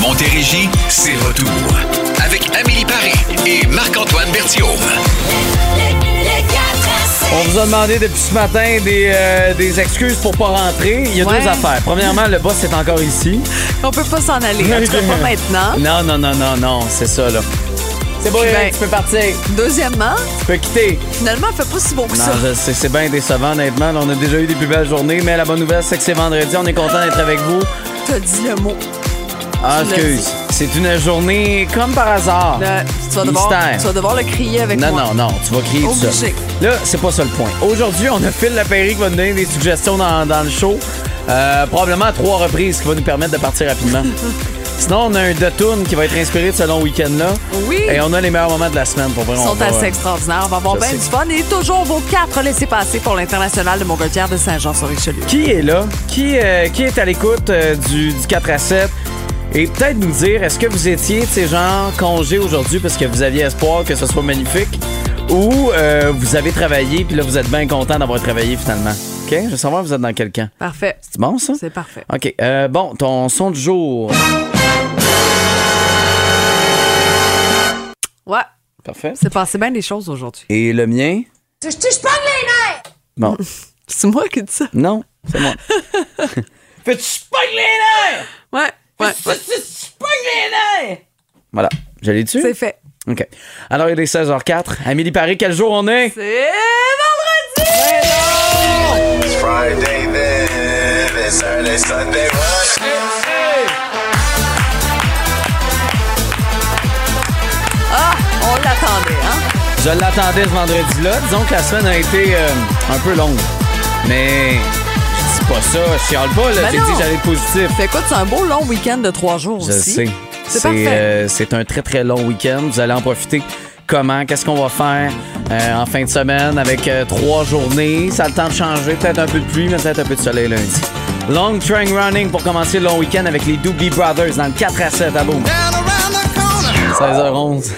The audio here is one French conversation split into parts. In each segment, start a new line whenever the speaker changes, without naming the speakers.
Montérégie, c'est retour. Avec Amélie Paris et Marc-Antoine Berthiaume.
On vous a demandé depuis ce matin des, euh, des excuses pour pas rentrer. Il y a
Ouais.
deux affaires. Premièrement, le boss est encore ici.
On peut pas s'en aller, en tout cas pas
Non,
maintenant.
non, non, non, non, c'est ça, là. C'est bon,
Ben-
Eric, tu peux partir.
Deuxièmement,
Tu peux quitter.
finalement, elle fait pas si beau que
Non,
ça.
je sais, c'est bien décevant, honnêtement. Là, On a déjà eu des plus belles journées, mais la bonne nouvelle, c'est que c'est vendredi. On est content d'être avec vous.
T'as dit le mot.
Ah,
Tu l'as
excuse.
dit.
C'est une journée comme par hasard.
Le- tu, vas devoir,
Mystère.
tu vas devoir le crier avec
Non,
moi.
non, non, tu vas crier tout seul.
Obligé.
Là, c'est pas ça le point. Aujourd'hui, on a Phil Lapéry qui va nous donner des suggestions dans, dans le show. Euh, probablement à trois reprises qui va nous permettre de partir rapidement. Sinon, on a un deux tunes qui va être inspiré de ce long week-end-là.
Oui.
Et on a les meilleurs moments de la semaine pour vrai.
Ils
on
sont
va-
assez extraordinaires. On va avoir
Je
bien
sais.
du fun. Et toujours vos quatre laissés-passer pour l'International de Montgolfière de Saint-Jean-sur-Richelieu.
Qui est là? Qui, euh, qui est à l'écoute euh, du, du 4 à 7? Et peut-être nous dire, est-ce que vous étiez de ces gens congés aujourd'hui parce que vous aviez espoir que ce soit magnifique? Ou euh, vous avez travaillé, puis là, vous êtes bien content d'avoir travaillé finalement? OK? Je veux savoir, vous êtes dans quel camp?
Parfait.
C'est bon, ça?
C'est parfait.
OK. euh, bon, ton son du jour.
Ouais.
Parfait.
C'est passé bien des choses aujourd'hui.
Et le mien?
Je te je parle les nerfs!
Bon,
C'est moi qui dis ça.
non, c'est moi. Fais-tu spike les nerfs?
Ouais. Ouais.
Voilà. Je l'ai
C'est
dessus?
fait.
OK. Alors, il est 16h04. Amélie Paris, quel jour on est?
C'est vendredi!
Friday then it's Saturday, Sunday.
Ah! On l'attendait, hein?
Je l'attendais ce vendredi-là. Disons que la semaine a été euh, un peu longue. Mais je dis pas ça, je chiale pas. là.
Ben
J'ai
non.
dit que j'allais être positif.
Fait écoute, c'est un beau long week-end de trois jours
Je le
aussi.
sais.
C'est parfait.
euh, c'est un très, très long week-end. Vous allez en profiter. Comment? Qu'est-ce qu'on va faire euh, en fin de semaine avec euh, trois journées? Ça a le temps de changer. Peut-être un peu de pluie, mais peut-être un peu de soleil lundi. Long Train Running pour commencer le long week-end avec les Doobie Brothers dans le 4 à 7 à Boom. 16h11. Ah!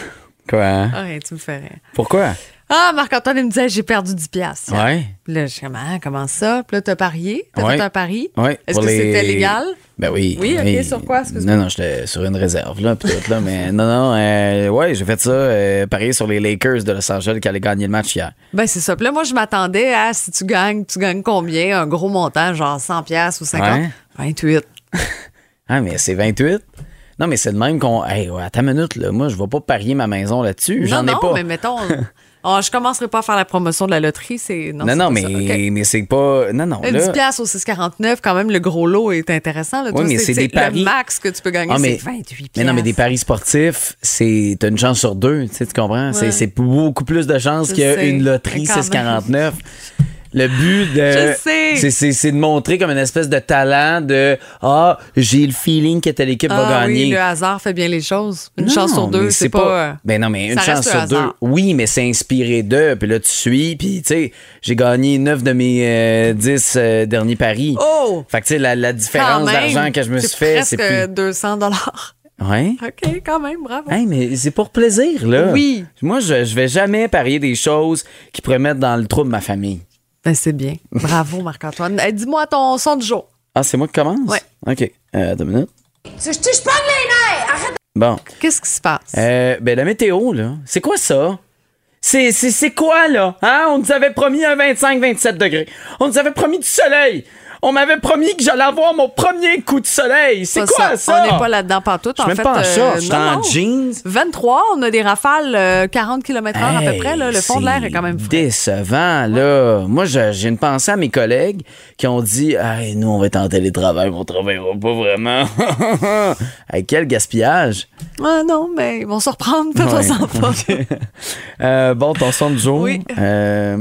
Quoi? hein?
Ah, ouais, tu me fais rire.
Pourquoi?
Ah, Marc-Antoine, il me disait, j'ai perdu 10 piastres.
Ouais.
Puis là, je suis comme, ah, comment ça? Puis là, t'as parié? T'as
Ouais.
fait un pari?
Ouais,
Est-ce
pour
que
les-
c'était légal?
Ben oui.
Oui, ok,
oui.
sur quoi, excuse-moi?
Non, non, j'étais sur une réserve, là, pis tout, là, mais non, non, euh, ouais, j'ai fait ça, euh, parier sur les Lakers de Los Angeles qui allaient gagner le match hier.
Ben, c'est ça. Puis là, moi, je m'attendais à, si tu gagnes, tu gagnes combien? Un gros montant, genre 100 piastres ou 50?
Ouais.
28.
Ah, mais c'est 28? Non, mais c'est le même qu'on. Hey, ouais, attends une minute, là, moi, je vais pas parier ma maison là-dessus, j'en ai
non, non,
pas.
mais mettons, oh, je commencerai pas à faire la promotion de la loterie. C'est...
non,
c'est
non,
pas
mais,
ça. OK.
mais c'est pas. Non, non,
Le
là.
10 piastres au 6,49, quand même, le gros lot est intéressant. Là,
Oui,
Toi,
mais c'est des paris.
Le max que tu peux gagner,
Ah, mais,
c'est 28
mais non, mais des
piastres.
paris sportifs, c'est t'as une chance sur deux, tu, sais, tu comprends? C'est- C'est beaucoup plus de chances
Je sais,
qu'une
mais
loterie
quand
649. Le but de.
Je sais.
c'est- C'est c'est de montrer comme une espèce de talent de Ah, j'ai le feeling que telle équipe va
Ah
gagner.
oui, le hasard fait bien les choses. Une
Non,
chance sur
mais
deux, c'est pas... euh,
Ben non, mais une
ça
chance
reste
sur
le
deux.
hasard.
Oui, mais c'est inspiré d'eux. Puis là, tu suis. Puis, tu sais, j'ai gagné 9 de mes euh, 10 euh, derniers paris.
Oh!
Fait que, tu sais, la, la différence
Quand même,
d'argent que je me suis fait, c'est
presque
plus. Hein?
200 dollars.
Ouais.
OK, quand même, bravo.
Hey, mais c'est pour plaisir, là.
Oui.
Moi, je, je vais jamais parier des choses qui pourraient mettre dans le trouble ma famille.
Ben, c'est bien. Bravo, Marc-Antoine. Hey, Dis-moi ton son du jour.
Ah, c'est moi qui commence?
Ouais.
OK. Euh, deux minutes.
Je te je parle les nerfs! Arrête
Bon.
Qu'est-ce qui se passe?
Euh, ben, la météo, là. C'est quoi ça? C'est, c'est, c'est quoi, là? Hein? On nous avait promis un 25-27 degrés. On nous avait promis du soleil. On m'avait promis que j'allais avoir mon premier coup de soleil. C'est
Pas
quoi ça?
On n'est pas là-dedans partout.
Je suis même pas en
euh,
short, je suis en jeans.
23, on a des rafales euh, 40 km h à
Hey,
peu près. Là. Le fond de l'air est quand même
c'est
frais.
décevant, là. Moi, je- j'ai une pensée à mes collègues qui ont dit Hey, nous, on va être en télétravail, mais on travaillera pas vraiment. hey, quel gaspillage.
Ah non, mais ils vont se reprendre, faites
Ouais.
en pas.
Euh, bon, ton son de jour.
Oui.
Euh,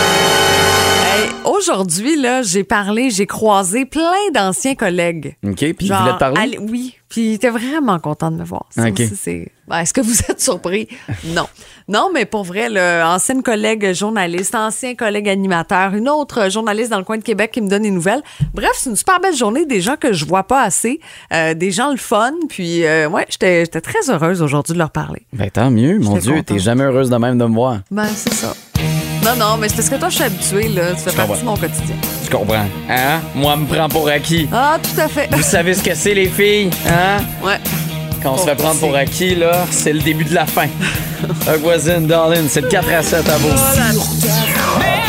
Hey, Aujourd'hui, là, j'ai parlé, j'ai croisé plein d'anciens collègues.
OK, puis il
Genre,
voulait te parler.
allez- oui, puis il était vraiment content de me voir. Ça
Ok.
aussi, c'est- Ouais, Est-ce que vous êtes surpris? Non. Non, mais pour vrai, le ancienne collègue journaliste, ancien collègue animateur, une autre journaliste dans le coin de Québec qui me donne des nouvelles. Bref, c'est une super belle journée, des gens que je vois pas assez, euh, des gens le fun, puis euh, ouais, j'étais j'étais très heureuse aujourd'hui de leur parler.
Ben tant mieux, mon
J'étais
Dieu,
contente.
t'es jamais heureuse de même de me voir.
Ben, c'est ça. Non, non, mais c'est parce que toi, je suis habituée, là. Tu fais partie
comprends.
de mon quotidien.
Je comprends. Hein? Moi, me prends pour acquis.
Ah, tout à fait.
Vous savez ce que c'est, les filles? Hein?
Ouais.
Quand on se
Oh,
fait prendre pour
c'est-
acquis, là, c'est le début de la fin. Hug voisine, darling, c'est de 4 à 7 à vous.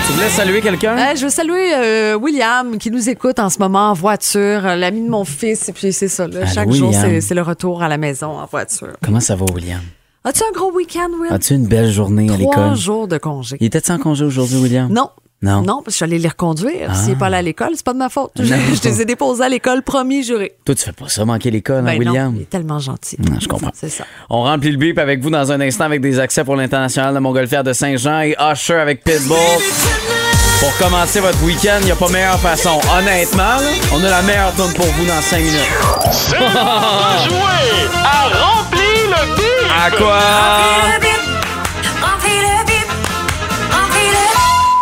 Tu voulais saluer quelqu'un?
Euh, je veux saluer euh, William qui nous écoute en ce moment en voiture, euh, l'ami de mon fils. Et puis c'est ça, là,
Allô,
chaque jour,
William.
c'est c'est le retour à la maison en voiture.
Comment ça va, William?
As-tu un gros week-end, Will?
As-tu une belle journée à
Trois
l'école?
jours de congé.
Il était en congé aujourd'hui, William?
Non.
Non.
Non, parce que je suis allée les reconduire. S'il n'est pas allé à l'école, c'est pas de ma faute. Je,
Non.
je les ai déposés à l'école, promis, juré.
Toi, tu fais pas ça, manquer l'école, hein,
Ben
William?
non, il est tellement gentil.
Non, je comprends.
C'est ça.
On remplit le bip avec vous dans un instant avec des accès pour l'international de Montgolfière de Saint-Jean et Usher avec Pitbull. Pour commencer votre week-end, il n'y a pas meilleure façon. Honnêtement, là, on a la meilleure tune pour vous dans 5 minutes. À quoi?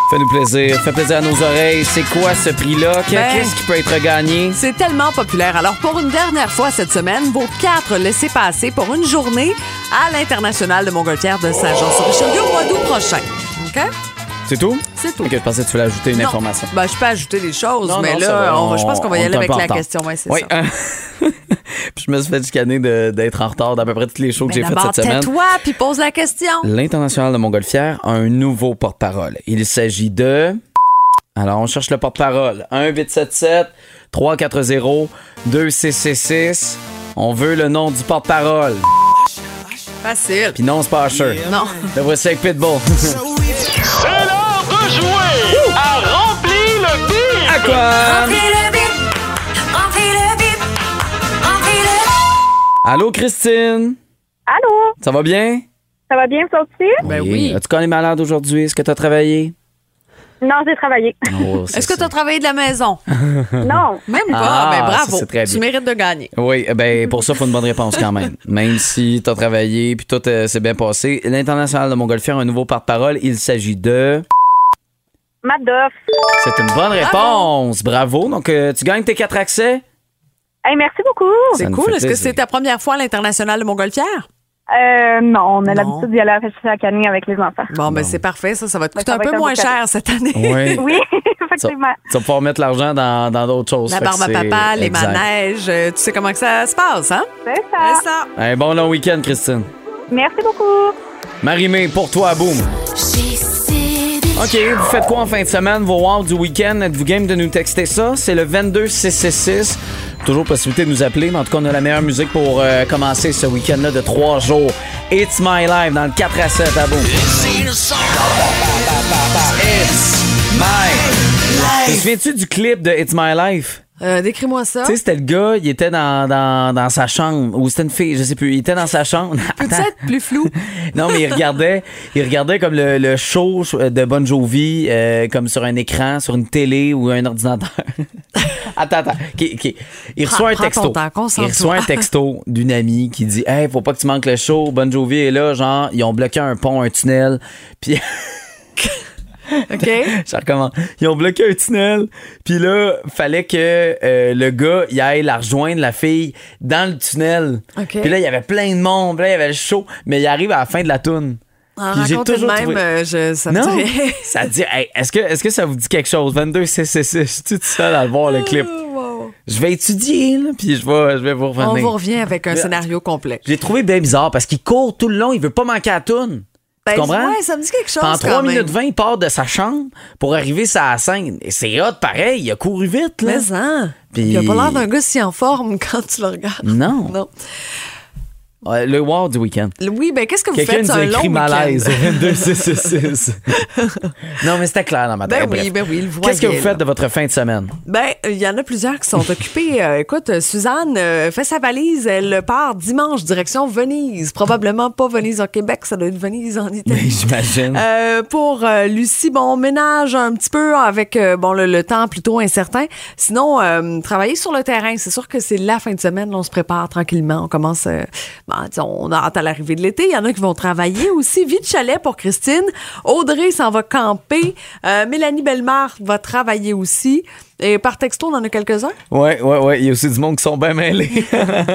Fais-nous plaisir. Fais plaisir à nos oreilles. C'est quoi ce prix-là? Que-
Ben.
Qu'est-ce qui peut être gagné?
C'est tellement populaire. Alors, pour une dernière fois cette semaine, vos quatre laissés-passer pour une journée à l'international de Montgolfière de Saint-Jean-sur-Richelieu au mois d'août prochain. OK?
C'est tout?
C'est tout.
Ok, je pensais que tu voulais ajouter une
Non.
information.
Ben, je peux ajouter des choses,
Non,
mais
non, ça
là,
va,
on va- je pense qu'on va y
on
aller
est un
avec
peu en
la
retard.
question. Ouais, c'est
Oui,
ça.
hein. Puis je me suis fait chicaner de- d'être en retard d'à peu près tous les shows que
Mais
j'ai fait
d'abord,
cette semaine.
tais-toi, puis pose la question.
L'international de Montgolfière a un nouveau porte-parole. Il s'agit de. Alors, on cherche le porte-parole. 1-877-340-2666. On veut le nom du porte-parole.
Facile.
Puis euh, non, c'est pas Usher.
Non.
Le voici avec Pitbull. À quoi? Allô, Christine?
Allô?
Ça va bien?
Ça va bien, vous autres aussi?
Ben oui.
As-tu quand même malade aujourd'hui? Est-ce que t'as travaillé?
Non, j'ai travaillé.
Oh, c'est
Est-ce que tu
ça.
as travaillé de la maison?
non.
Même pas.
Ah, ça,
ben, bravo.
c'est très
Tu
bien.
mérites de gagner.
Oui, eh ben pour ça, faut une bonne réponse quand même. Même si t'as travaillé puis tout euh, s'est bien passé. L'international de Montgolfière a un nouveau porte-parole. Il s'agit de.
Matt Doff.
C'est une bonne réponse. Bravo. Donc, euh, tu gagnes tes quatre accès.
Hey, merci beaucoup.
Ça
C'est
nous
cool.
fait
Est-ce que
plaisir.
c'est ta première fois à l'international de Montgolfière?
Euh, non, on
Non.
a l'habitude d'y aller à la fête à Canet avec les enfants.
Bon, ben c'est parfait. Ça, ça va te
Ben,
coûter
ça
un
va
peu
être un
moins
beau
cher cette année.
Oui,
Tu, vas-
effectivement.
tu vas pouvoir mettre l'argent dans dans d'autres choses.
La
Fait que
barbe à
c'est-
papa, les
exact.
manèges, euh, tu sais comment que ça se passe, hein?
C'est ça.
ça.
Un bon long week-end, Christine.
Merci beaucoup.
Marimé, pour toi, boum. OK, vous faites quoi en fin de semaine, vos wow du week-end? Êtes-vous game de nous texter ça? C'est le 22666. Toujours possibilité de nous appeler, mais en tout cas, on a la meilleure musique pour euh, commencer ce week-end-là de trois jours. It's My Life dans le 4 à 7 à bout. It's My Life. Te souviens-tu du clip de It's My Life?
Euh, Décris-moi ça.
Tu sais, c'était le gars, il était dans, dans, dans sa chambre, ou c'était une fille, je sais plus, il était dans sa chambre.
Peux-tu
Attends.
être plus flou?
Non, mais il regardait, il regardait comme le, le show de Bon Jovi, euh, comme sur un écran, sur une télé ou un ordinateur. attends, attends. OK, OK. Il reçoit
Prends-
un
prends ton
texto.
temps,
il
concentre-toi.
reçoit un texto d'une amie qui dit Hey, faut pas que tu manques le show. Bon Jovi est là, genre, ils ont bloqué un pont, un tunnel. Puis.
OK?
Ça recommence. Ils ont bloqué un tunnel. Puis là, fallait que euh, le gars il aille la rejoindre, la fille, dans le tunnel.
OK.
Puis là, il y avait plein de monde. puis là, il y avait le show. Mais il arrive à la fin de la toune.
En
Puis j'ai
raconter Ah, de
toujours
même,
trouvé-
euh, je, ça me
Non!
dirait-
ça dit, hey, est-ce que, est que ça vous dit quelque chose? 22 CCC, tu tout seul à le voir le clip.
Oh, Wow.
Je vais étudier, là, puis je vais, je vais vous
On
revenir.
vous revient avec un
Mais-
scénario complet.
J'ai trouvé bien bizarre parce qu'il court tout le long, il veut pas manquer la toune.
Ben,
tu comprends?
ouais, ça me dit quelque chose.
En
quand
3
même.
minutes 20, il part de sa chambre pour arriver sa scène. Et c'est hot, pareil, il a couru vite. Là.
Mais hein,
Puis-
il a pas l'air d'un gars si en forme quand tu le regardes.
Non.
Non.
Ouais, le wow du week-end.
Oui, ben qu'est-ce que vous
Quelqu'un
faites
nous
sur
a
un long
écrit
week-end?
malaise au 22666. non, mais c'était clair dans ma tête.
Ben oui,
Bref.
ben oui, il le
Qu'est-ce que vous
voyait,
faites
là.
de votre fin de semaine?
Ben, il y en a plusieurs qui sont occupés. Euh, écoute, euh, Suzanne euh, fait sa valise, elle part dimanche direction Venise. Probablement pas Venise au Québec, ça doit être Venise en Italie.
J'imagine.
Euh, pour euh, Lucie, bon, on ménage un petit peu avec euh, bon le, le temps plutôt incertain. Sinon, euh, travailler sur le terrain, c'est sûr que c'est la fin de semaine. là, on se prépare tranquillement. On commence. euh, ben, tu sais, on a hâte à l'arrivée de l'été. Il y en a qui vont travailler aussi. Vite chalet pour Christine. Audrey s'en va camper. Euh, Mélanie Bellemare va travailler aussi. Et par texto, on en a quelques-uns.
Ouais, ouais, ouais. Il y a aussi du monde qui sont bien mêlés.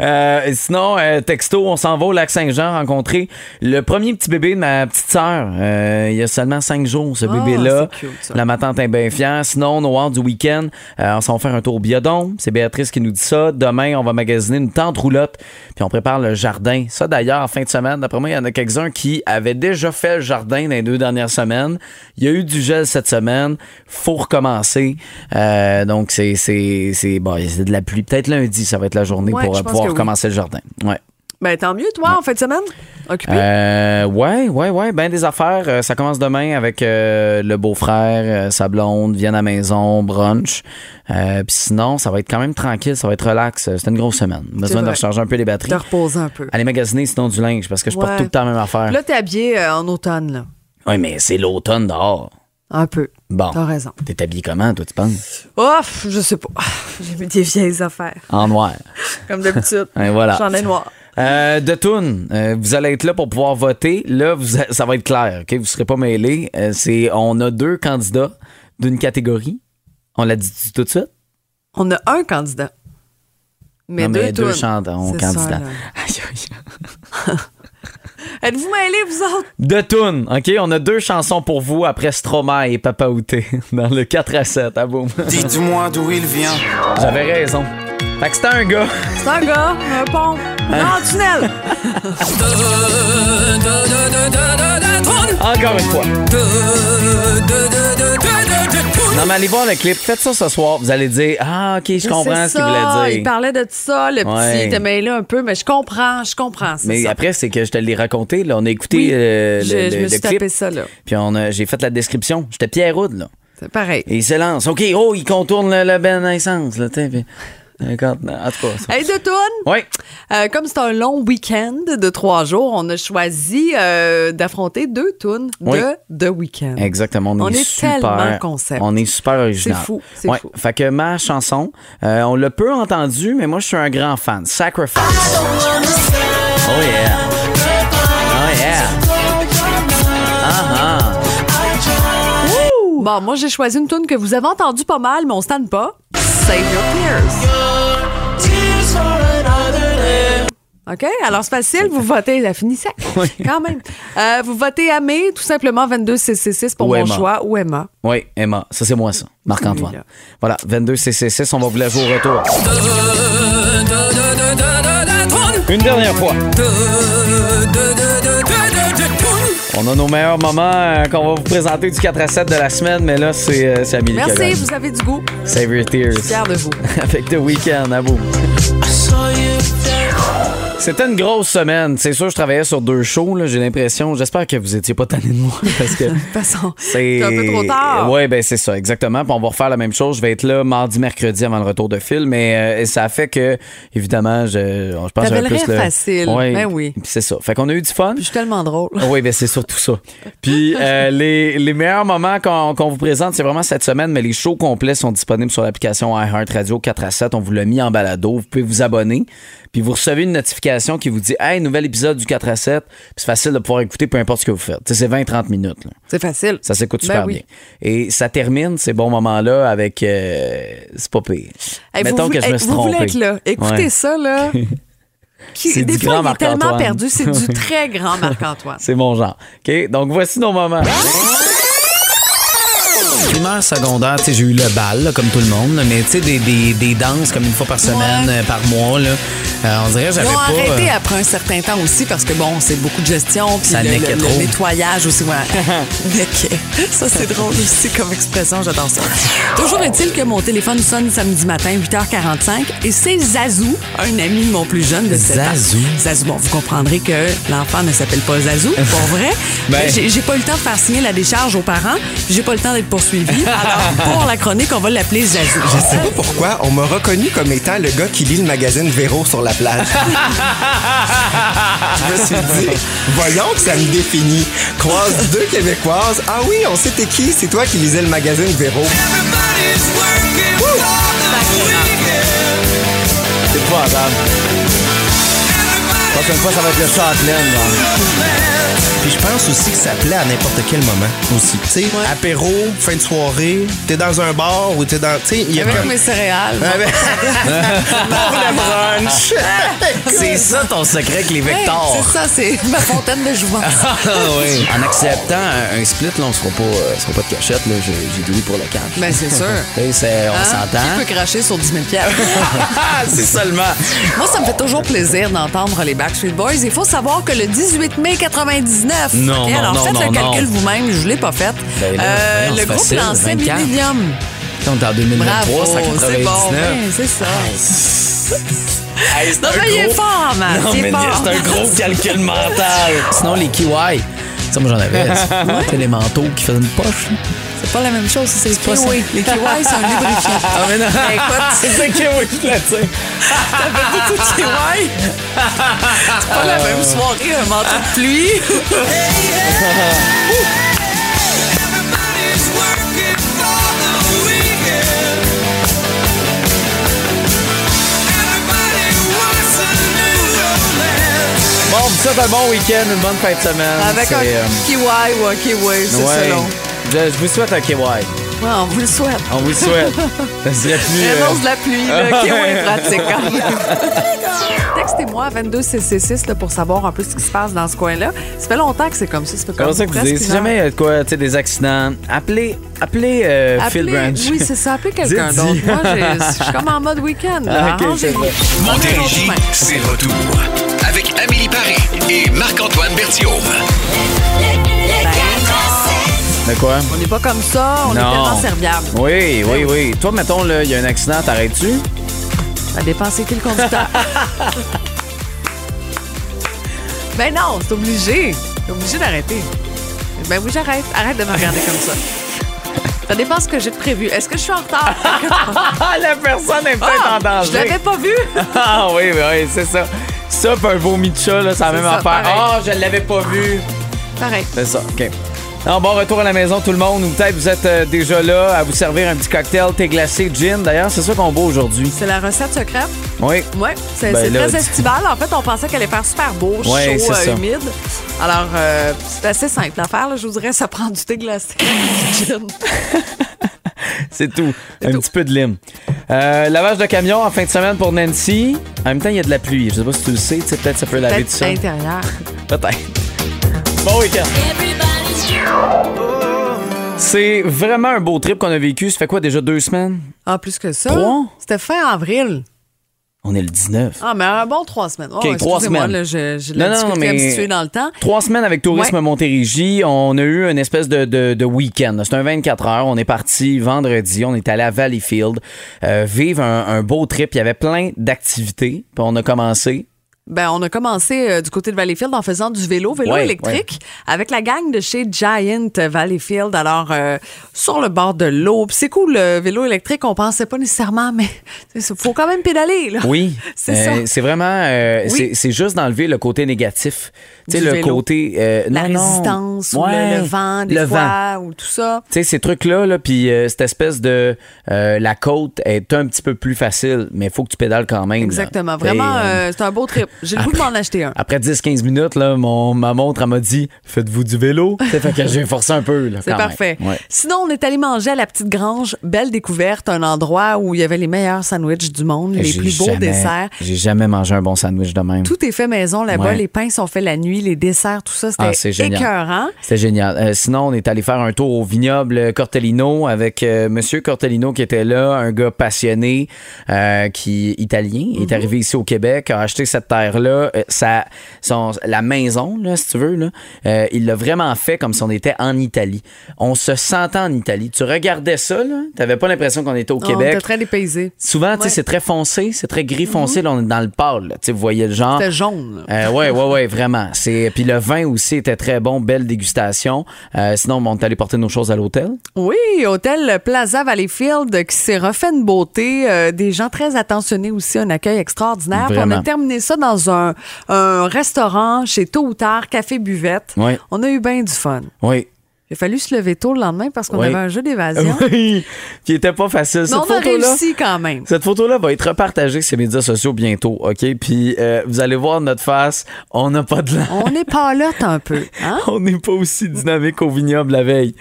Euh, et sinon, euh, texto, on s'en va au lac Saint-Jean rencontrer le premier petit bébé de ma petite sœur. Euh, il y a seulement cinq jours, ce
Ah,
bébé-là.
c'est cute, ça.
La ma tante est bien fière. Sinon, nos heures du week-end, euh, on s'en va faire un tour au biodôme. C'est Béatrice qui nous dit ça. Demain, on va magasiner une tente roulotte. Puis on prépare le jardin. Ça, d'ailleurs, en fin de semaine, d'après moi, il y en a quelques-uns qui avaient déjà fait le jardin dans les deux dernières semaines. Il y a eu du gel cette semaine. Faut recommencer. Euh, donc, c'est, c'est, c'est, bon, c'est de la pluie. Peut-être lundi, ça va être la journée
Ouais,
pour
je
euh,
pense
pouvoir
que oui.
recommencer le jardin. Ouais.
Ben, tant mieux, toi, en fin de semaine. Occupé.
Euh, ouais, ouais, ouais, ben des affaires. Euh, ça commence demain avec euh, le beau-frère, euh, sa blonde, viennent à la maison, brunch. Euh, Puis sinon, ça va être quand même tranquille, ça va être relax. Euh, C'est une grosse semaine. Besoin de
vrai.
recharger un peu les batteries.
Te reposer un peu.
Aller magasiner sinon du linge parce que je porte
Ouais.
tout le temps la même affaire.
Là, t'es habillé euh, en automne, là.
Oui, mais c'est l'automne dehors.
Un peu.
Bon.
T'as raison.
T'es habillé comment, toi, tu penses?
Ouf, Oh, je sais pas. J'ai mis des vieilles affaires,
En noir.
comme d'habitude.
Et voilà.
J'en ai noir.
Euh, de Toon, euh, vous allez être là pour pouvoir voter. Là, vous a- ça va être clair, ok? Vous serez pas mêlés. Euh, c'est, on a deux candidats d'une catégorie. On l'a dit tout de suite.
On a un candidat. Mais,
non,
deux,
mais deux
tunes.
chandons
C'est ça,
candidats.
là.
Aïe, aïe.
Êtes-vous mêlés, vous autres?
De Toon, ok? On a deux chansons pour vous après Stromae et Papa Outé dans le 4 à 7. Ah boum.
Dites-moi d'où il vient.
J'avais raison. Fait que c'était un gars.
C'est un gars, un pont,
Hein?
un tunnel.
Encore une fois. Non, mais allez voir le clip. Faites ça ce soir. Vous allez dire Ah, ok, je comprends ce
C'est
qu'il
ça,
voulait dire.
Il parlait de ça, le
Ouais.
petit était mêlé un peu, mais je comprends, je comprends. c'est
Mais
ça.
après, c'est que je te l'ai raconté. Là. On a écouté
Oui.
euh, le,
je, je
le-
me
le
suis
clip.
tapé ça, là.
Puis on a- j'ai fait la description. J'étais Pierre Houd, là.
C'est pareil.
Et il se lance. OK, oh, il contourne le, le ben essence, là, tu sais. Puis... D'accord. En tout cas, ça.
Hey, de toune!
Ouais.
Euh, comme c'est un long week-end de trois jours, on a choisi euh, d'affronter deux tunes
Oui.
de The Weeknd.
Exactement, on,
On est
super,
tellement concept.
On est super original.
C'est fou, c'est fou.
Fait que ma chanson, euh, on l'a peu entendue, mais moi je suis un grand fan. Sacrifice. Oh yeah. Oh yeah. Ah
Bon, moi j'ai choisi une tune que vous avez entendue pas mal, mais on stand pas. Save your tears. OK? Alors, c'est facile. Vous votez, la finissait quand même. Euh, vous votez Amé, tout simplement 22666 pour
Ou
mon
Emma.
choix, ou Emma.
ah. Oui, Emma, ça c'est moi ça.
Oui,
Marc-Antoine.
là.
Voilà, 22 CC6, on va vous la jouer au retour. Une dernière fois. On a nos meilleurs moments euh, qu'on va vous présenter du 4 à 7 de la semaine, mais là, c'est euh, c'est Amélie qui a
Merci,
gagné.
vous avez du goût.
Save your tears.
Fier de vous.
Avec The Weeknd, à vous. C'était une grosse semaine. C'est sûr, je travaillais sur deux shows. là. J'ai l'impression. J'espère que vous étiez pas tanné de moi parce que.
De toute façon,
C'est
c'est un peu trop tard.
Oui, ben c'est ça, exactement. Puis on va refaire la même chose. Je vais être là mardi, mercredi avant le retour de Phil, mais euh, ça fait que, évidemment, je, je pense que
T'avais
j'aurais
le
plus
rire facile.
Ouais.
Ben oui.
Puis c'est ça. Fait qu'on a eu du fun.
Je suis tellement drôle.
Oui, ben c'est surtout ça. Puis euh, les, les meilleurs moments qu'on qu'on vous présente, c'est vraiment cette semaine, mais les shows complets sont disponibles sur l'application iHeartRadio 4 à 7. On vous l'a mis en balado. Vous pouvez vous abonner. Puis vous recevez une notification qui vous dit Hey, nouvel épisode du 4 à 7. Puis c'est facile de pouvoir écouter peu importe ce que vous faites. Tu sais, c'est 20-30 minutes. là.
C'est facile.
Ça s'écoute
Ben
super
oui.
bien. Et ça termine ces bons moments-là avec. euh, c'est pas pire.
Hey,
Mettons
vous,
que je
hey,
me suis
vous
trompé.
voulez être là. Écoutez
Ouais.
ça, là. Qui-
C'est
des
du
fois,
grand
il est tellement
Marc-Antoine.
perdu. C'est du très grand Marc-Antoine.
C'est mon genre. OK? Donc, voici nos moments. Primaire, secondaire, tu sais, j'ai eu le bal, là, comme tout le monde, là, mais tu sais, des, des- des danses comme une fois par semaine,
Ouais.
euh, par mois, là. Euh, on dirait que
Ils
j'avais
ont
pas...
arrêté
euh,
après un certain temps aussi parce que, bon, c'est beaucoup de gestion. Puis
Ça
le,
neckait
le- le
trop.
nettoyage aussi. Ouais. Neckait. Ça, c'est drôle aussi comme expression. J'adore ça. Toujours est-il que mon téléphone sonne samedi matin, 8h45, et c'est Zazou, un ami de mon plus jeune de 7 ans.
Zazou.
Zazou. Bon, vous comprendrez que l'enfant ne s'appelle pas Zazou, pour vrai.
Ben.
J'ai- J'ai pas eu le temps de faire signer la décharge aux parents. J'ai pas le temps d'être poursuivi. Alors, pour la chronique, on va l'appeler Zazou.
Je sais pas pourquoi, on m'a reconnu comme étant le gars qui lit le magazine Véro sur la plage. Je me suis dit, voyons que ça me définit. Croise deux Québécoises. Ah oui, on sait t'es qui, c'est toi qui lisais le magazine Véro.
C'est épouvantable. La prochaine fois, ça va être le châtelaine, genre.
Puis je pense aussi que ça plaît à n'importe quel moment aussi. Tu sais, apéro, fin de soirée, t'es dans un bar ou t'es dans. Tu sais, il y a
Avec
comme.
mes céréales.
Avec- Pour le brunch.
C'est ça ton secret avec les
Hey,
vectors.
c'est ça, c'est ma fontaine de jouvence.
Ah
En acceptant un, un split, là, on se fera pas, euh, se fera pas de cachette. là. J'ai j'ai donné pour le cash.
Ben, c'est sûr.
Tu sais, c'est- on
Hein?
s'entend.
Qui peut cracher sur 10 000 Ah,
c'est seulement.
Moi, ça me fait toujours plaisir d'entendre les Backstreet Boys. Il faut savoir que le 18 mai 99,
Non,
ok,
non,
alors
non,
faites
non,
le
non.
calcul vous-même, je ne l'ai pas fait.
Ben
Euh,
là, voyons,
le
c'est
groupe
facile,
lançait
24.
Millennium.
On est en 2023,
Bravo,
c'est en
c'est bon,
99.
ben, c'est ça.
Hey, c'est
Non,
un
mais il est
gros-
fort, man.
Non,
il est
mais
fort.
c'est un gros calcul mental. Sinon, les kiwis. Ça, moi, j'en avais. ça. C'est les manteaux qui faisaient une poche. là.
C'est pas la même chose, c'est les
pas ça.
kiwis. Les kiwis, c'est un lubrifiant.
Ah, mais non.
Ben, écoute,
C'est ça qui est oui, je le sais.
beaucoup de kiwis. C'est pas la
Euh.
même soirée, un manteau de pluie.
Bon, vous souhaite un bon week-end, une bonne fin de semaine.
Avec
C'est,
un
euh,
kiwi ou un kiwi, c'est
ouais.
selon.
Je, je vous souhaite un KY.
Ouais, on vous le souhaite.
On vous le souhaite. Ça serait plus. euh,
L'annonce de la pluie, là, qui est moins pratique quand même. Textez-moi à 22CC6 là, pour savoir un peu ce qui se passe dans ce coin-là. Ça fait longtemps que c'est comme ça. Ça fait
Comment
comme
ça que vous
presque
dites? Si
une heure.
jamais il y a de quoi, tu sais, des accidents, appelez, appelez euh, Phil
Appelez-
Branch.
Oui, c'est ça. Appelez quelqu'un
Dites-y.
d'autre. Moi, j'ai- je suis comme en mode week-end.
Ah,
là.
ok, c'est
Arrangez-vous.
vrai.
Prenez votre
Montérégie,
chemin.
c'est retour. Avec Amélie Paris et Marc-Antoine Bertiom.
De quoi?
On n'est pas comme ça. On est
Non.
tellement serviable.
Oui, oui, Ben oui. Toi, mettons, là, il y a un accident, t'arrêtes-tu?
Ça dépend c'est qui le conducteur. ben non, c'est obligé. T'es obligé d'arrêter. Ben oui, j'arrête. Arrête de me regarder comme ça. Ça dépend ce que j'ai de prévu. Est-ce que je suis en retard?
Ah, la personne est peut-être
Ah,
en danger.
je l'avais pas vu.
Ah oui, oui, oui, c'est ça. Ça, puis un vomi de chat, là, c'est la
C'est
même
ça,
affaire.
pareil.
Ah, je l'avais pas vu.
Pareil.
C'est ça, OK. Non, bon retour à la maison, tout le monde. Ou peut-être vous êtes euh, déjà là à vous servir un petit cocktail, thé glacé, gin. D'ailleurs, c'est ça qu'on boit aujourd'hui.
C'est la recette secrète.
Oui.
Oui, c'est
Ben
c'est
là,
très
tu-
estival. En fait, on pensait qu'elle allait faire super beau,
Ouais,
chaud,
c'est
euh,
ça.
humide. Alors, euh, c'est assez simple à faire. là. Je vous dirais, ça prend du thé glacé. du gin.
C'est tout. Un petit peu de lime. Euh, lavage de camion en fin de semaine pour Nancy. En même temps, il y a de la pluie. Je sais pas si tu le sais. Tu sais, peut-être ça peut laver tout
Peut-être
ça.
l'intérieur.
Peut-être. Bon week-end. C'est vraiment un beau trip qu'on a vécu. Ça fait quoi, déjà deux semaines?
Ah, plus que ça.
Trois?
C'était fin avril.
On est le 19.
Ah, mais un bon trois semaines.
OK, trois
excusez-moi,
semaines.
Là, je, je
Non,
la
non,
difficulté
mais-
à me situer dans le temps.
Trois semaines avec Tourisme
Ouais.
Montérégie. On a eu une espèce de, de- de week-end. C'est un 24 heures. On est parti vendredi. On est allé à Valleyfield euh, vivre un, un beau trip. Il y avait plein d'activités. Puis on a commencé.
Ben, on a commencé euh, du côté de Valleyfield en faisant du vélo, vélo
Ouais,
électrique, avec la gang de chez Giant Valleyfield. Alors, euh, sur le bord de l'eau. Puis C'est cool, le vélo électrique, on pensait pas nécessairement, mais il faut quand même pédaler. Là.
Oui,
C'est
Euh,
ça.
C'est vraiment, euh,
Oui.
c'est- c'est juste d'enlever le côté négatif. Tu sais,
Du
le
vélo.
côté, euh,
La
non, non.
résistance ou
Ouais,
le, le vent, des
le
fois,
vent.
ou tout ça.
Tu sais, ces trucs-là, là, puis euh, cette espèce de. euh, la côte est un petit peu plus facile, mais il faut que tu pédales quand même. là.
Exactement.
T'sais,
Vraiment,
euh,
euh, c'est un beau trip. J'ai le goût de m'en acheter un.
Après 10-15 minutes, là, mon, ma montre, elle m'a dit Faites-vous du vélo. Ça fait que j'ai forcé un peu. là,
C'est
quand même.
parfait.
Ouais.
Sinon, on est allé manger à la Petite Grange. Belle découverte, un endroit où il y avait les meilleurs sandwichs du monde, les
J'ai
plus beaux
jamais-
desserts.
J'ai jamais mangé un bon sandwich de même.
Tout est fait maison là-bas.
Ouais.
Les pains sont faits la nuit, les desserts, tout ça.
Ah, c'est
C'était
génial.
écœurant.
C'était génial. Euh, sinon, on est allé faire un tour au vignoble Cortellino avec euh, Monsieur Cortellino qui était là, un gars passionné euh, qui italien,
Mhm.
est arrivé ici au Québec, a acheté cette terre-là, euh, sa- son- la maison, là, si tu veux. Là, Euh, il l'a vraiment fait comme si on était en Italie. On se sentait en Italie. Tu regardais ça, tu n'avais pas l'impression qu'on était au
On
Québec.
était très dépaysés.
Souvent, tu sais,
Ouais. Mhm.
c'est très foncé, c'est très gris foncé. Là, on est dans le pâle. là. Tu sais, vous voyez le genre.
C'était jaune. là.
Euh, ouais, ouais, ouais, vraiment. C'est puis le vin aussi était très bon, belle dégustation. Euh, sinon, bon, on est allé porter nos choses à l'hôtel.
Oui, hôtel Plaza Valleyfield euh, qui s'est refait une beauté. euh, des gens très attentionnés aussi, un accueil extraordinaire. Puis On a
Vraiment.
terminé ça dans un, un restaurant chez Tôt ou Tard, Café Buvette.
Ouais.
On a eu bien du fun.
Oui.
Il a fallu se lever tôt le lendemain parce qu'on
Oui.
avait un jeu d'évasion.
Oui, qui était pas facile.
hein? Mais
Cette
on a
photo-là.
réussi quand même.
Cette photo-là va être repartagée sur les médias sociaux bientôt, OK? Puis euh, vous allez voir notre face, on n'a pas de l'air.
On est palote un peu. Hein?
On n'est pas aussi dynamique au vignoble la veille.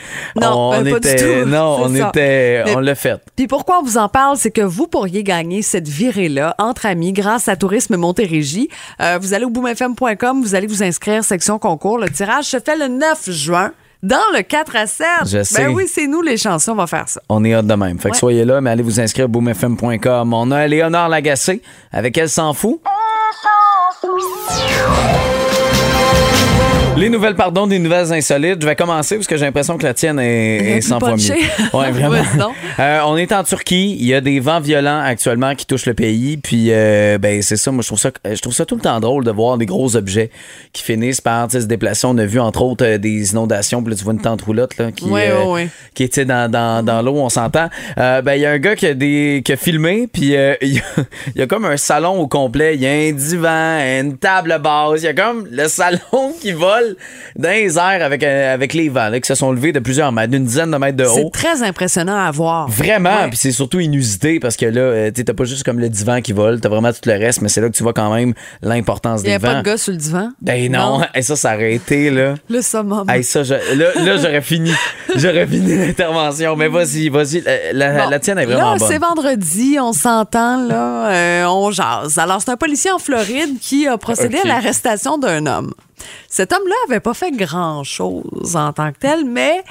on
Non, ben, pas du
était,
tout,
non,
c'est
on
ça.
était,
Mais-
on l'a fait.
Puis pourquoi on vous en parle, c'est que vous pourriez gagner cette virée-là entre amis grâce à Tourisme Montérégie. Euh, vous allez au boomfm.com, vous allez vous inscrire, section concours. Le tirage se fait le 9 juin dans le 4 à 7.
Je
ben
sais.
oui, c'est nous les chansons, on va faire ça.
On est hot de même. Fait que
Ouais.
soyez là, mais allez vous inscrire à boomfm.com. On a Léonard Lagacé, avec Elle s'en fout. Les nouvelles, pardon, des nouvelles insolites. Je vais commencer parce que j'ai l'impression que la tienne est, est
plus
100 fois mieux.
punchée.
Ouais, vraiment.
Vas-y donc.
Euh, on est en Turquie. Il y a des vents violents actuellement qui touchent le pays. Puis, euh, ben, c'est ça. Moi, je trouve ça, je trouve ça tout le temps drôle de voir des gros objets qui finissent par tu sais, se déplacer. On a vu, entre autres, euh, des inondations. Puis là, tu vois une tente roulotte là, qui, euh,
Ouais, ouais, ouais.
qui est tu sais, dans,
Mm.
dans, dans l'eau, on s'entend. Euh, ben, il y a un gars qui a, des, qui a filmé. Puis, euh, il y, a- il y a comme un salon au complet. Il y a un divan, une table basse. Il y a comme le salon qui vole dans les airs avec, euh, avec les vents là, qui se sont levés de plusieurs mètres, d'une dizaine de mètres de haut.
C'est très impressionnant à voir.
Oh. Vraiment,
Ouais.
puis c'est surtout inusité parce que là, euh, tu sais, t'as pas juste comme le divan qui vole, t'as vraiment tout le reste, mais c'est là que tu vois quand même l'importance
Il n'y
des
avait pas
vents.
de gars sur le divan.
Ben non, Et ça, ça aurait été, là.
Le summum.
Hey, ça, je- là, là, j'aurais fini. J'aurais fini l'intervention. Mais vas-y, vas-y. La, la-
Bon.
la tienne est vraiment
là,
bonne.
c'est vendredi, on s'entend, là, euh, on jase. Alors, c'est un policier en Floride qui a procédé
Ok.
à l'arrestation d'un homme. Cet homme-là avait pas fait grand-chose en tant que tel, mais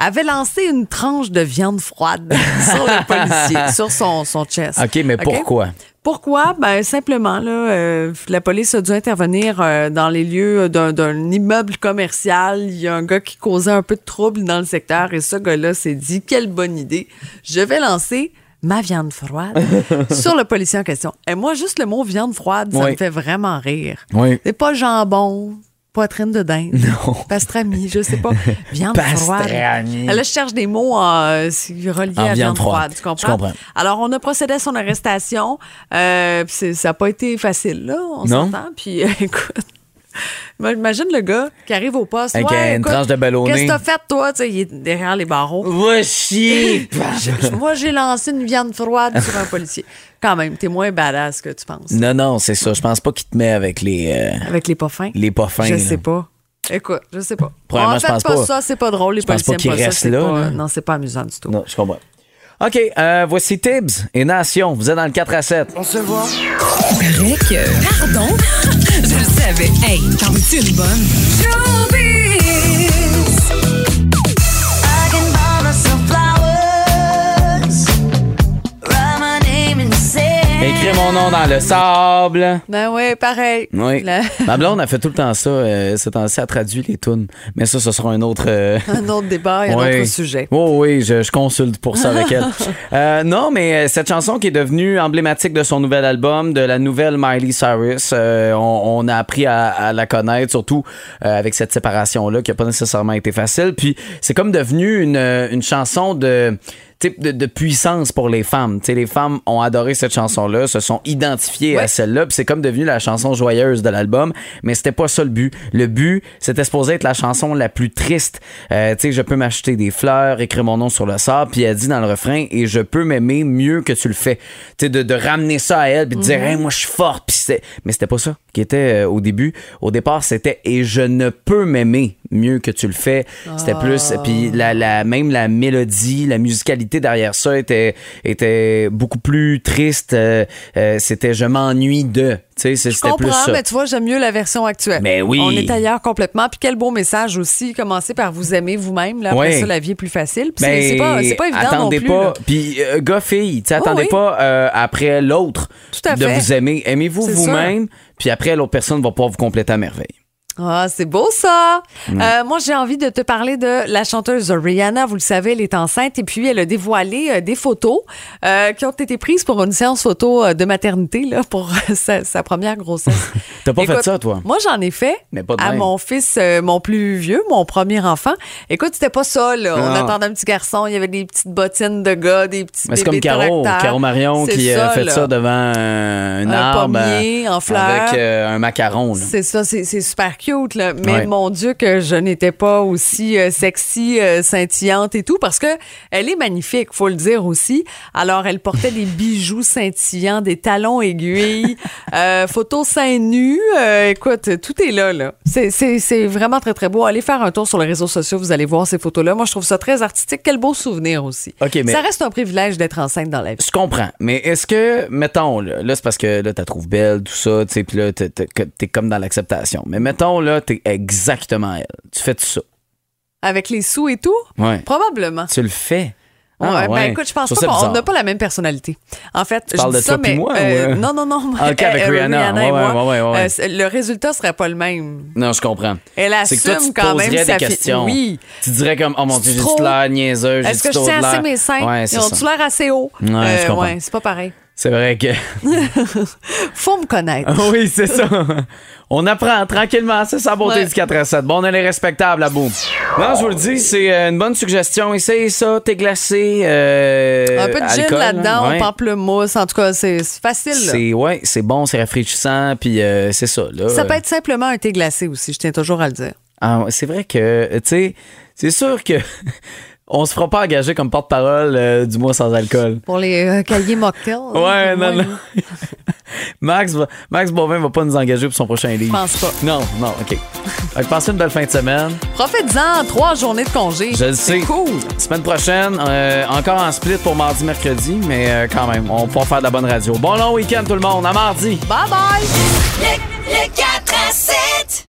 avait lancé une tranche de viande froide sur le policier, sur son, son chest.
OK, mais pourquoi?
Pourquoi? Ben, simplement, là, euh, la police a dû intervenir euh, dans les lieux d'un- d'un immeuble commercial. Il y a un gars qui causait un peu de trouble dans le secteur et ce gars-là s'est dit quelle bonne idée. Je vais lancer ma viande froide sur le policier en question. Et moi, juste le mot viande froide, ça
Oui.
me fait vraiment rire.
Oui.
C'est pas jambon, poitrine de dinde.
Non.
Pastrami, je sais pas. Viande froide.
Pastrami.
Là, je cherche des mots euh, si- reliés
En viande
à viande,
froide.
froide. Tu
Je
comprends?
comprends.
Alors, on a procédé à son arrestation. Euh, puis c'est- ça n'a pas été facile, là. On
Non.
s'entend. Puis, euh, écoute. moi, Imagine le gars qui arrive au poste.
Avec
Ouais,
une
écoute,
tranche de ballonné.
Qu'est-ce que t'as fait, toi? Tu sais, il est derrière les barreaux.
Va chier!
Je- Moi, j'ai lancé une viande froide sur un policier. Quand même, t'es moins badass que tu penses.
non, non, c'est ça. Je pense pas qu'il te met avec les, euh,
Avec les pas fins.
les pas fins.
Je
là.
sais pas. Écoute, je sais pas.
Premièrement,
en
je
fait,
pense
pas,
pas.
ça, c'est pas drôle. Les
Je pense pas qu'il
policiers aiment pas
reste
ça. c'est
là,
pas-
là.
Non, c'est pas amusant du tout.
Non, je comprends. OK, euh, voici Tibbs et Nation. Vous êtes dans le 4 à 7.
Pardon? Je le savais. Hey, t'en veux-tu une bonne?
Écris mon nom dans le sable.
Ben ouais, pareil.
Oui.
La-
Ma blonde a fait tout le temps ça. Euh, c'est temps-ci, elle traduit les tunes. Mais ça, ce sera un autre. euh,
un autre débat et un
ouais.
autre sujet.
Oh, oui, je, je consulte pour ça avec elle. Euh, non, mais euh, cette chanson qui est devenue emblématique de son nouvel album, de la nouvelle Miley Cyrus, euh, on, on a appris à, à la connaître, surtout euh, avec cette séparation-là qui n'a pas nécessairement été facile. Puis c'est comme devenu une, euh, une chanson de type de, de puissance pour les femmes. Tu sais, les femmes ont adoré cette chanson-là, se sont identifiées à celle-là, puis c'est comme devenu la chanson joyeuse de l'album, mais c'était pas ça le but. Le but, c'était supposé être la chanson la plus triste. Euh, tu sais, je peux m'acheter des fleurs, écrire mon nom sur le sable, puis elle dit dans le refrain, et je peux m'aimer mieux que tu le fais. Tu sais, de, de ramener ça à elle, puis de dire, Hey, moi je suis forte, puis c'était... Mais c'était pas ça qui était euh, au début. Au départ, c'était, et je ne peux m'aimer mieux que tu le fais. C'était
Ah.
plus, puis la, la- même la mélodie, la musicalité derrière ça était, était beaucoup plus triste. Euh, euh, c'était je m'ennuie de. Tu sais, c'est-
Je
c'était plus
comprends,
ça.
mais tu vois, j'aime mieux la version actuelle.
Mais oui.
On est ailleurs complètement. Puis quel beau message aussi. Commencez par vous aimer vous-même. Là, après
Ouais.
ça, la vie est plus facile. Puis
Ben,
c'est, c'est pas, c'est pas évident
attendez
non plus.
pas.
là.
Puis euh, gars fille, tu sais, attendez
oui.
pas euh, après l'autre
Tout à
de
fait.
vous aimer. Aimez-vous
C'est
vous-même, puis après l'autre personne va pouvoir vous compléter à merveille.
Ah, c'est beau ça. Euh, moi, j'ai envie de te parler de la chanteuse Rihanna. Vous le savez, elle est enceinte et puis elle a dévoilé euh, des photos euh, qui ont été prises pour une séance photo euh, de maternité là pour euh, sa, sa première grossesse.
T'as pas fait
Écoute,
ça toi
Moi, j'en ai fait
Mais pas de
à
même.
mon fils, euh, mon plus vieux, mon premier enfant. Écoute, c'était pas ça, là. On
Ah.
attendait un petit garçon, il y avait des petites bottines de gars, des petits
Mais c'est comme
bébés
Caro,
tracteurs.
Caro Marion
C'est
qui a fait
là.
ça devant euh, un,
Un
arbre
pommier
euh,
en fleurs.
avec euh, un macaron. là.
C'est ça, c'est c'est super cute. cute, là. mais
Ouais.
mon Dieu que je n'étais pas aussi euh, sexy, euh, scintillante et tout, parce que elle est magnifique, faut le dire aussi. Alors, elle portait des bijoux scintillants, des talons aiguilles, euh, photos seins nus. Euh, écoute, tout est là, là. C'est- C'est c'est vraiment très, très beau. Allez faire un tour sur les réseaux sociaux, vous allez voir ces photos-là. Moi, je trouve ça très artistique. Quel beau souvenir aussi.
OK, mais-
Ça reste un privilège d'être enceinte dans la vie.
Je comprends, mais est-ce que, mettons, là, là, c'est parce que là, t'as trouves belle, tout ça, tu sais, puis là, t'es, t'es- que- t'es comme dans l'acceptation. Mais mettons, là, t'es exactement elle. Tu fais tout ça.
Avec les sous et tout,
Ouais.
probablement.
Tu le fais.
Ouais,
Ah,
Ben écoute, je pense
trouve ça
pas qu'on
bizarre.
n'a pas la même personnalité. En fait, je
parles
dis
de
ça,
toi puis
mais
moi,
euh,
ou, euh?
non, non, non. moi,
Ok, avec Rihanna.
et
Ouais, ouais,
moi,
ouais, ouais, ouais.
euh, c'est- le résultat serait pas le même.
Non, je comprends.
Elle
C'est que toi,
assume
tu te
quand même
poserais des
sa fi-
questions.
Oui.
Tu dirais comme, oh mon
C'est
dieu, j'ai
trop.
juste l'air niaiseux.
Est-ce que je tiens assez mes seins
Ouais, c'est
Ils ont-tu
ça.
l'air assez haut
Ouais, je comprends.
ouais, c'est pas pareil.
C'est vrai que.
Faut me connaître.
Ah oui, c'est ça. On apprend tranquillement, c'est sa beauté
Ouais.
du 4 à 7. Bon, on est respectable à bout. Non, je vous le dis, c'est euh, une bonne suggestion. Essaye ça, t'es glacé. euh,
Un peu de gin
alcool, hein,
là-dedans,
ouais.
pamplemousse, en tout cas, c'est c'est facile. là.
C'est ouais, c'est bon, c'est rafraîchissant, puis euh, c'est ça. Là,
Ça peut être simplement un thé glacé aussi, je tiens toujours à le dire.
Ah, ouais, c'est vrai que, euh, tu sais, c'est sûr que on se fera pas engager comme porte-parole euh, du mois sans alcool.
Pour les euh, cahiers mocktails.
Ouais,
hein,
non,
moi,
non. Max, va- Max Bovin va pas nous engager pour son prochain livre.
pense pas.
Non, non, OK. Fait que passez une belle fin de semaine.
Profitez-en, trois journées de congé.
Je le
C'est
sais.
cool.
Semaine prochaine, euh, encore en split pour mardi, mercredi, mais euh, quand même, on va faire de la bonne radio. Bon long week-end, tout le monde. À mardi.
Bye bye.
Les gars!